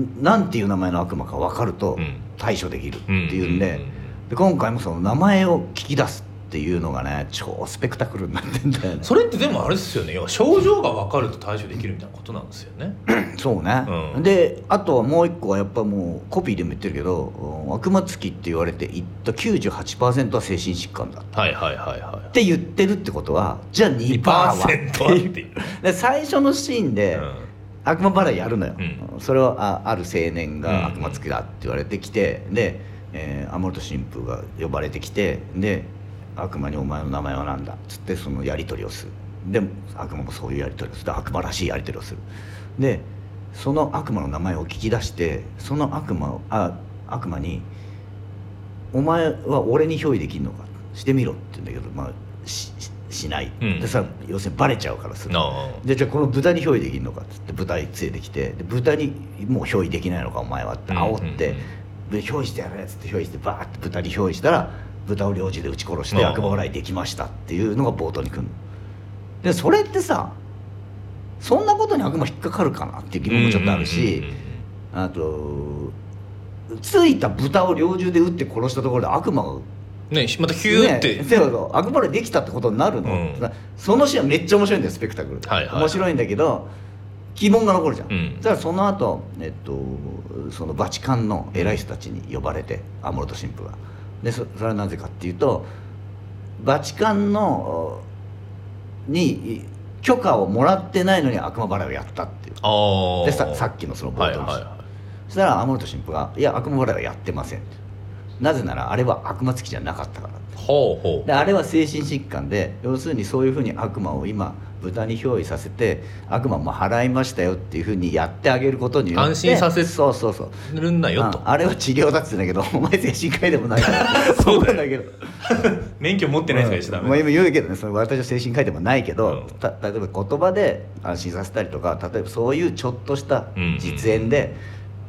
んなんていう名前の悪魔か分かると
うん
対処できるって
うん
いうんで,、で今回もその名前を聞き出すっていうのがね超スペクタクルになってんだよね
それってでもあれですよね要は症状が分かると対処できるみたいなことなんですよね
そうね、
うん
であとはもう一個はやっぱもうコピーでも言ってるけどうん悪魔つきって言われていった98%は精神疾患だっ
はいはいはいは
て言ってるってことはじゃあ
い
2%は
2%はっていう
[laughs] で最初のシーンで、
うん
悪魔払いやるのよ、
う
それはあある青年が
うん
悪魔つきだって言われてきて、で、えー、アモルト神父が呼ばれてきてで悪魔に「お前の名前は何だ?」っつってそのやり取りをするで悪魔もそういうやり取りをする悪魔らしいやり取りをするでその悪魔の名前を聞き出してその悪魔をあ悪魔に「お前は俺に憑依できるのかしてみろ」って言うんだけどまあしししない、
うん
でさ要するにバレちゃうからする
なあ
でじゃあこの豚に憑依できるのかっつって豚に連れてきてで豚にもう憑依できないのかお前はって煽って、
うんうん
で憑依してやるやつって憑依してバーって豚に憑依したら豚を領事で撃ち殺して
うん
悪魔払いできましたっていうのが冒頭に来るのでそれってさそんなことに悪魔引っかかるかなっていう疑問もちょっとあるし、
うんうんうん
あとついた豚を猟銃で撃って殺したところで悪魔が
うんねまたヒューって、
ね、そうそう悪魔でできたってことになるの、
うん
そのシーンはめっちゃ面白いんだよスペクタクル、
はいはい
面白いんだけど疑問が残るじゃん、
うん
だからその後、えっとそのバチカンの偉い人たちに呼ばれてアモルト神父がでそそれはなぜかっていうとバチカンのに許可をもらってないのに悪魔払いをやったっていう
ああ
でささっきのその冒
はい
頭
はい
のシーン、
は
そしたらアモルト神父が「いや悪魔払いはやってません」なぜならあれは悪魔つきじゃなかったから
いほうほう
であれは精神疾患で要するにそういうふうに悪魔を今豚に憑依させて悪魔も払いましたよっていうふうにやってあげることによって
安心させ
そうそうそう
るんなよ
う
と
んあれは治療だっつってんだけど [laughs] お前精神科医でもないから
[laughs] そうだよ
なんだけど
免許持ってない人がしちゃダ
まあ、
メ
今言うけどねその私は精神科医でもないけど、
うん
た例えば言葉で安心させたりとか例えばそういうちょっとした
うん
実演で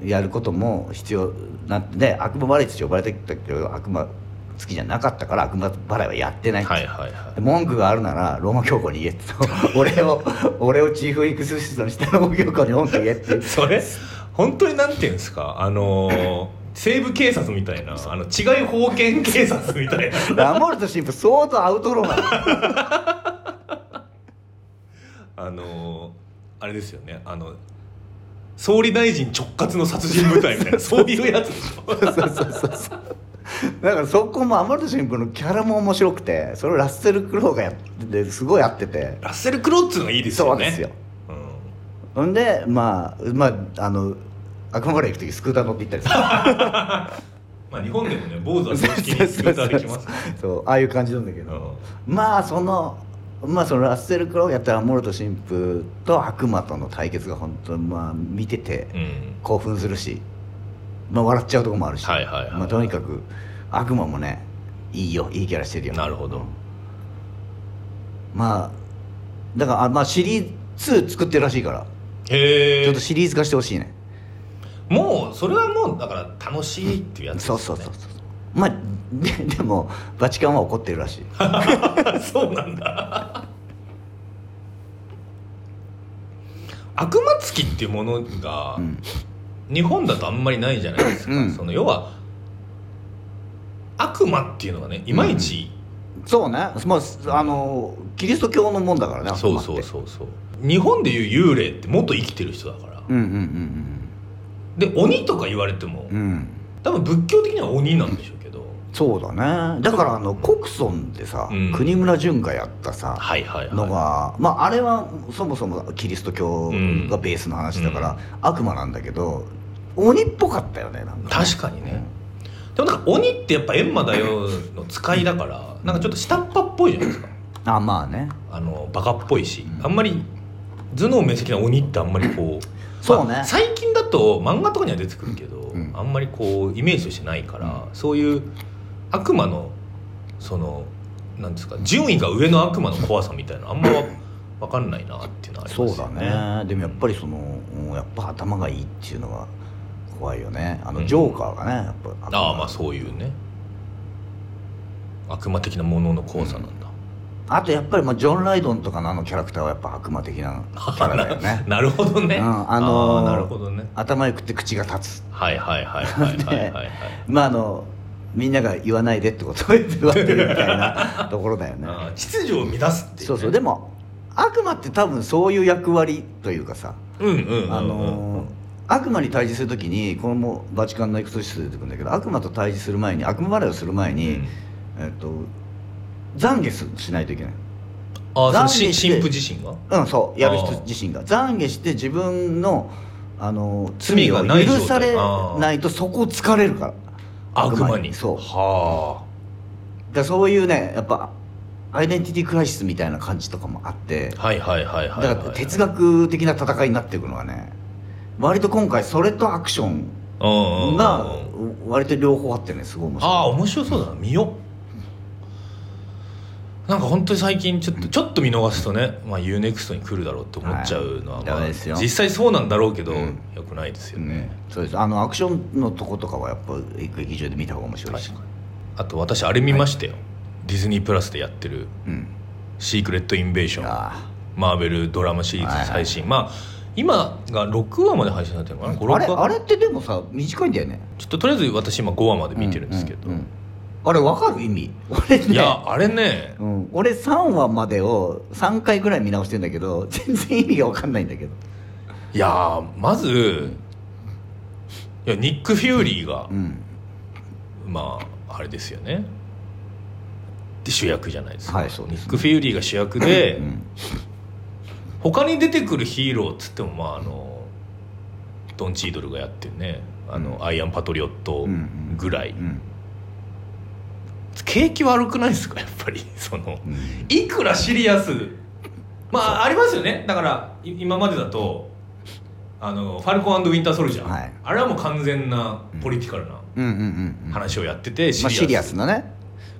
やることも必要なんで、悪魔払いって呼ばれてたけど悪魔好きじゃなかったから悪魔払いはやってない、
はいはいは
で文句があるならローマ教皇に言えって俺を俺をチーフイクスシストにしてローマ教皇に文句言えって
いそれ本当になんていうんですかあのー西部警察みたいなあの違い保険警察みたい
[laughs]
な
ラモルト神父相当アウトローなの
あのーあれですよねあの総理大臣直轄の殺人部隊
[laughs]
みたいなそういうやつでしょ
そうそうそうそうだからそこもアマルト新聞のキャラも面白くてそれをラッセル・クロウがやっててすごい合ってて
ラッセル・クローっつうのがいいです
そ
よ
うで
ね
すよ
う
ほ
ん
んでまあまああの悪魔払い行く時スクーター乗って行ったりする
まあ日本でもね坊主は正式にスクーターできます
そうああいう感じなんだけ
う
ど、
ん
まあそのまあそのラッセル・クロウやったらアモルト神父と悪魔との対決が本当まあ見てて
うん
興奮するし、まあ、笑っちゃうとこもあるし、
はいはいはい
まあ、とにかく悪魔もねいいよいいキャラしてるよ
なるほど
まあだからあ、まあ、シリーズ2作ってるらしいから
へえ
ちょっとシリーズ化してほしいね、
もうそれはもうだから楽しいっていうやつです
そ
よ
う
ね
そうそうそうまあででもバチカンは怒ってるらしい
[laughs] そうなんだ悪魔つきっていうものが
うん
日本だとあんまりないじゃないですか、
うん
その要は悪魔っていうのがねいまいち、
そうねまああのキリスト教のもんだからね
そうそう
う
そうそう日本でいう幽霊ってもっと生きてる人だから、
うんうん
で鬼とか言われても、
うんうんうん
多分仏教的には鬼なんでしょうけど、
そうだねだからあの国尊でさ、
うん
国村淳がやったさ、
はいはいはい
のが、まあ、あれはそもそもキリスト教がベースの話だから、悪魔なんだけど鬼っぽかったよねなんか
確かにね、でもなんか鬼ってやっぱ閻魔だよの使いだからなんかちょっと下っ端っぽいじゃないですか
あまあね
あのバカっぽいし
うん
あんまり頭脳明晰な鬼ってあんまりこう
そうね
まあ最近だと漫画とかには出てくるけど、
ん
あんまりこうイメージとしてないから、そういう悪魔のそのなんですか順位が上の悪魔の怖さみたいなのあんま分かんないなっていうのはあり
そ
ま
う
すよ
だ
ね。
ねでもやっぱりそのうんやっぱ頭がいいっていうのは怖いよねあ
う
の
ん
ジョーカーがねやっぱ
ああまあそういうね悪魔的なものの怖さなんだ、
あとやっぱりまあジョン・ライドンとかのあのキャラクターはやっぱ悪魔的なキャラだよね
[laughs] なるほどね、
うんあのー
あーなるほどね
頭よくて口が立つ
はいはいはいはいはいはい、はい、
まああのみんなが言わないでってことを言って言われてるみたいなところだ
[laughs]
よね
あー秩序を乱すっていう、ね、
そうそうでも悪魔って多分そういう役割というかさ、
うんうんうんうん
あのー悪魔に対峙する時にこれもバチカンのエクソシストで出てくるんだけど悪魔と対峙する前に悪魔払いをする前に、
うん
えっと懺悔すしないといけない
あーその
懺悔
し
して
神父自身が
うんそうやる
あ
人
ー
自身が懺悔して自分のあの罪
罪
を
がない
許
状態
されないとそこを疲れるから
悪魔に
そう
は
だからそういうねやっぱアイデンティティクライシスみたいな感じとかもあって
あはいはいはいはいはい、は
だ
い、
から哲学的な戦いになっていくのはね割と今回それとアクション
うんうんうん
が割と両方あってねすごい面白い
ああ面白そうだな見ようなんか本当に最近ちょっとちょっと見逃すとね、まあ、UNEXT に来るだろうって思っちゃうのは、
はい
まあ
ダメですよ
実際そうなんだろうけど、
うん
よくないですよ
うん
ね、
そうですあのアクションのとことかはやっぱ劇場で見た方が面白いし
確かにあと私あれ見ましたよ、ディズニープラスでやってる
うん
「シークレット・インベーション」
あ
マーベルドラマシリーズ最新、まあ今が6話まで配信されてるのかな56
ーあれ
話
あれってでもさ短いんだよね
ちょっととりあえず私今5話まで見てるんですけど、
ううあれわかる意味俺ね
いやあれね
うん、俺3話までを3回ぐらい見直してんだけど全然意味が分かんないんだけど
いやーまずいやニック・フューリーが、
うん
まああれですよねで主役じゃないですか、
はいそうです
ニック・フューリーが主役で、
うん
他に出てくるヒーローっつってもまああのドン・チードルがやってるねあの、
う
アイアン・パトリオットぐらい、
うん
景気悪くないですかやっ [laughs] ぱりその
うん
いくらシリアスまあありますよねだからい今までだとあのファルコンウィンター・ソルジャー、
はい
あれはもう完全なポリティカルな
うんうんうんうん
話をやってて、
まあ、シ
シリ
リ
ア
ア
ス
スなね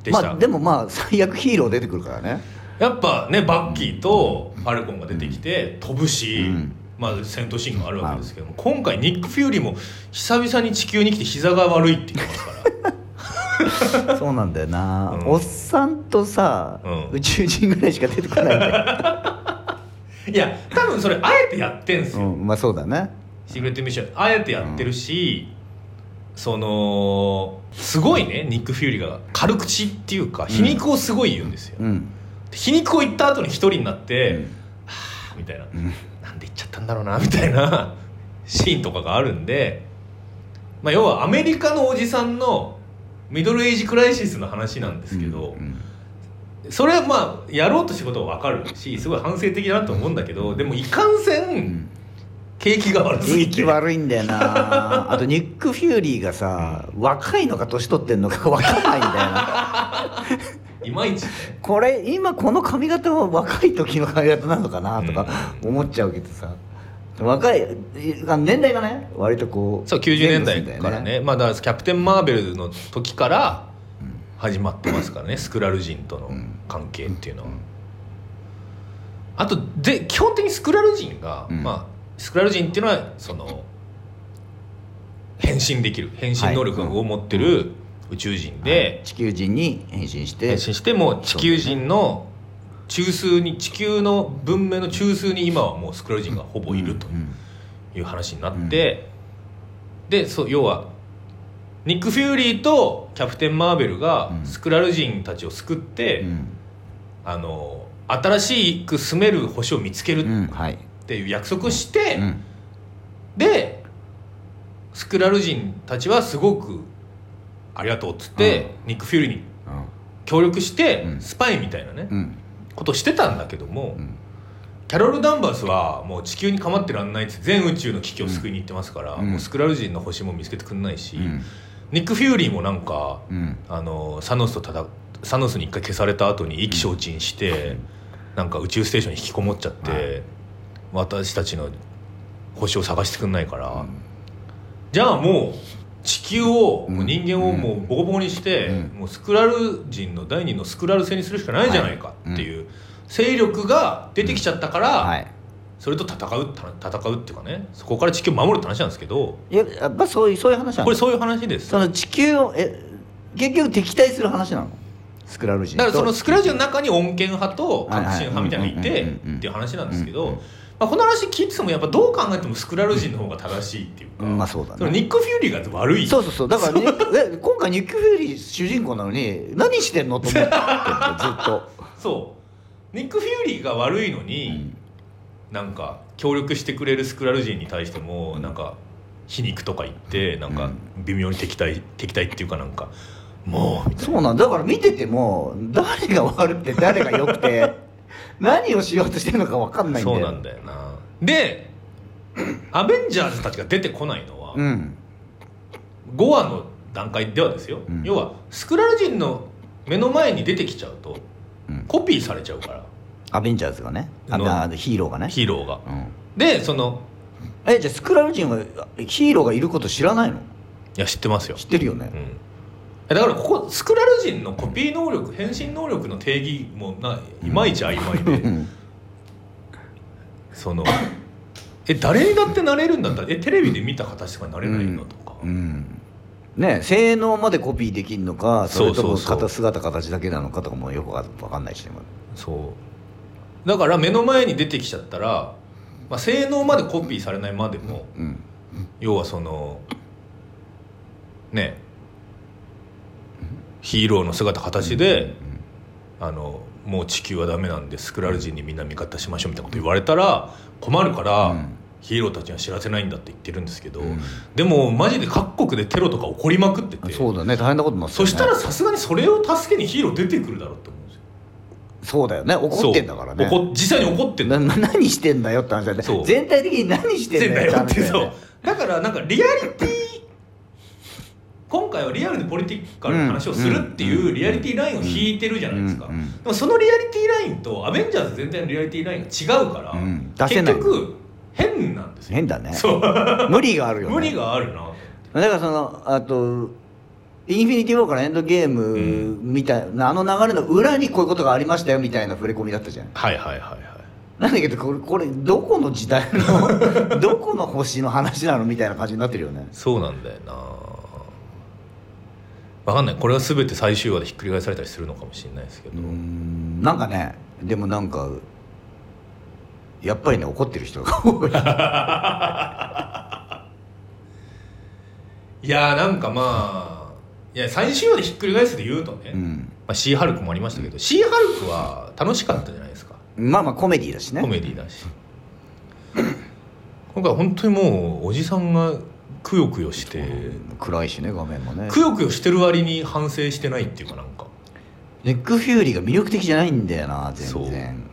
でした、
まあでもまあ最悪ヒーロー出てくるからね
やっぱねバッキーとファルコンが出てきて飛ぶし、
うん
まあ、戦闘シーンがあるわけですけども、今回ニック・フューリーも久々に地球に来て膝が悪いって言ってますから
[laughs] そうなんだよな、
うん
おっさんとさ、
うん
宇宙人ぐらいしか出てこないんだよ、
[laughs] いや多分それあえてやってんすよ、
[laughs] うん、まあそうだね
シークレットミッションあえてやってるし、そのすごいねニック・フューリーが軽口っていうか皮肉をすごい言うんですよ、
うん
皮肉を言った後に一人になって、
うん
はあみたいな、
うん
なんで言っちゃったんだろうなみたいな [laughs] シーンとかがあるんで、まあ、要はアメリカのおじさんのミドルエイジクライシスの話なんですけど、
うん
それはまあやろうとしたことは分かるしすごい反省的だなと思うんだけどでもいかんせ
うんん
景気が悪すぎ
景
て
気悪いんだよなあとニック・フューリーがさ若いのか年取ってんのか分かんないんだよ [laughs] な
いまいちね
これ今この髪型は若い時の髪型なのかなとか思っちゃうけどさ若いあ年代がね割とこう
そう90年代
前後するん
か
だ
ら
よ
ねまあだからキャプテン・マーベルの時から始まってますからね、スクラル人との
うん
関係っていうのは、あとで基本的にスクラル人が、
うん
まあスクラル人っていうのはその変身できる変身能力
はいうん
を持ってる宇宙人で、
地球人に変身して
変身してもう地球人の中枢に地球の文明の中枢に今はもうスクロール人がほぼいると
うん
いう話になって、でそう要はニック・フューリーとキャプテン・マーベルが
うん
スクラル人たちを救って、
うん
あの新しく住める星を見つけ
う
るっ
んはい
ていう約束をして、
うん
でスクラル人たちはすごくありがとうっつって、ニック・フューリーに協力して、
うん
スパイみたいなね、
うん
ことしてたんだけども、
うん
キャロル・ダンバースはもう地球に構ってらんないっつって全宇宙の危機を救いに行ってますから、
うん
もうスクラル人の星も見つけてくんないし、
うん
ニック・フューリーもなんか
うん
あのサノスとただサノスに一回消された後に意気消沈して、なんか宇宙ステーションに引きこもっちゃって、
はい
私たちの星を探してくんないから、じゃあもう地球を、
うん
もう人間をもうボコボコにして、
うん
もうスクラル人の第二のスクラル星にするしかないじゃないかっていう勢力が出てきちゃったから、
はい
それと戦うた戦うっていうかねそこから地球を守るって話なんですけど
いややっぱそういうそういう話なの
これそういう話です
その地球をえ結局敵対する話なのスクラル人
だからその
と
スクラジオの中に穏健派と革新派みたいなのがいてっていう話なんですけ
うんうん
ど
うん、
まあ、この話聞いててもやっぱどう考えてもスクラル人の方が正しいっていうか、
うんまあそうだね
のニック・フューリーが悪い
そうそうそうだからねえ今回ニック・フューリー主人公なのに何してんのと思ってんだよずっと
そうニック・フューリーが悪いのに、なんか協力してくれるスクラル人に対してもなんか皮肉とか言ってなんか微妙に敵対敵対っていうかなんかもうみたい
そうなんだから見てても誰が悪くて誰が良くて何をしようとしてるのか分かん
な
ないんだ
そ
よ
うなんだよなでアベンジャーズたちが出てこないのは、
うん
5話の段階ではですよ、
うん
要はスクラル人の目の前に出てきちゃうと
うん
コピーされちゃうから
アベンジャーズがねあ
の
あヒーローがね
ヒーローが
うん
でその
えじゃあスクラル人はヒーローがいること知らないの
いや知ってますよ
知、ってるよね
うん、えだからここスクラル人のコピー能力変身能力の定義もないまいち曖昧で、
[laughs] うん
そのえ誰にだってなれるんだったらえテレビで見た形しかなれないのとか、
うんね性能までコピーできるのかそれとも
そうそうそう
形姿形だけなのかとかもよくわかんないしねまだ
そうだから目の前に出てきちゃったら、まあ、性能までコピーされないまでも、
うん
要はそのねヒーローの姿形で、あのもう地球はダメなんでスクラル人にみんな味方しましょうみたいなこと言われたら困るから、
うん
ヒーローたちには知らせないんだって言ってるんですけど、
うん
でもマジで各国でテロとか起こりまくってて
そうだね大変なことになってる
そ
ね
したらさすがにそれを助けにヒーロー出てくるだろうって思うんですよ
そうだよね怒ってんだからね
そう怒っ実際に怒ってんだ
なな何してんだよって話だね
そう
全体的に何してんだよ
って
話だ
そう
ね
だからなんかリアリティ今回はリアルでポリティカルな話をするっていうリアリティラインを引いてるじゃないですか、
うんうん
でもそのリアリティラインとアベンジャーズ全体のリアリティラインが違うから、
うん出せない
結局変なんですよ
変だね
そう
無理があるよね
無理があるな
だからそのあとインフィニティ・ウォーからエンドゲームみたいな、あの流れの裏にこういうことがありましたよみたいな触れ込みだったじゃん
はいはいはいはい
なんだけどこれこれどこの時代
[laughs]
のどこの星の話なのみたいな感じになってるよね
そうなんだよなわかんないこれは全て最終話でひっくり返されたりするのかもしれないですけど、
うんなんかねでもなんかやっぱりね怒ってる人が多い
いやーなんかまあいや最終話でひっくり返すで言うとね、
うん
まあ、シー・ハルクもありましたけど、シー・ハルクは楽しかったじゃないですか
まあまあコメディだしね
コメディだし今回本当にもうおじさんがくよくよして
暗いしね画面もね
くよくよしてる割に反省してないっていうかなんかっ
ネックフューリーが魅力的じゃないんだよな全然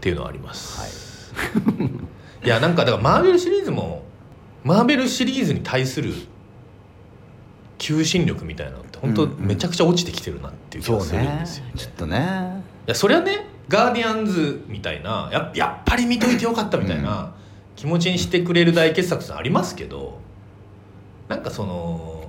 ていうのはあります、 [laughs] い、やなんかだからマーベルシリーズもマーベルシリーズに対する求心力みたいなのって本当
うんうん
めちゃくちゃ落ちてきてるなっていう気
そ
が
う
するん
ね
ですよね
ちょっとね
いやそりゃねガーディアンズみたいなややっぱり見といてよかったみたいな気持ちにしてくれる大傑作ってありますけどなんかその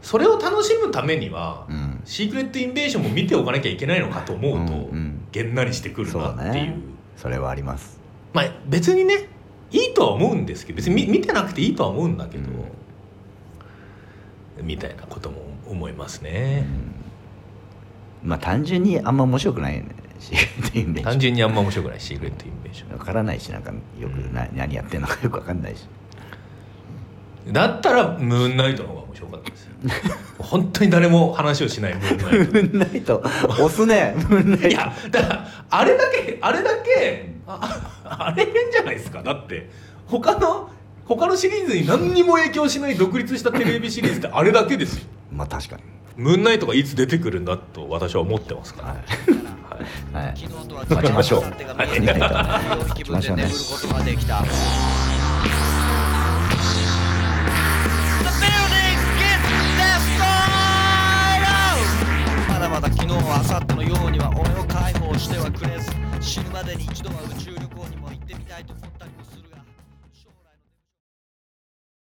それを楽しむためには、
うん
シークレット・インベーションも見ておかなきゃいけないのかと思うと、
うんうん
げんなりしてくる
そう
な
だ
っていう
ねそれはあります
まあ別にねいいとは思うんですけど別に見見てなくていいとは思うんだけど、みたいなことも思いますね。
まあ単純にあんま面白くないよねないし [laughs] っていうイメー
単
ジ
純にあんま面白くないシークレットインベーシ
わからないしなんかよくな、何やってんのかよくわかんないし [laughs]
ョンだったらムーンナイトの方が面白かったですよ本当に誰も話をしないムーンナイ
ム
ト
ーンナイト押す
[laughs]
ねムーンナイ
い
ト
やだからあれだけあれだけああれ変じゃないですかだって他の他のシリーズに何にも影響しない独立したテレビシリーズってあれだけですよ
まあ確かに
ムーンナイトがいつ出てくるんだと私は思ってますから、
はい
はい
はい
昨日とは違う
待ちましょう
明後日が
ム
見え
ーン
て
ナイ
き
[laughs] ト
た陽気分で眠ることができた The building gets destroyed まだまだ昨日は明後日のようには俺を解放してはくれず死ぬまでに一度は宇宙旅行にも行ってみたいと思って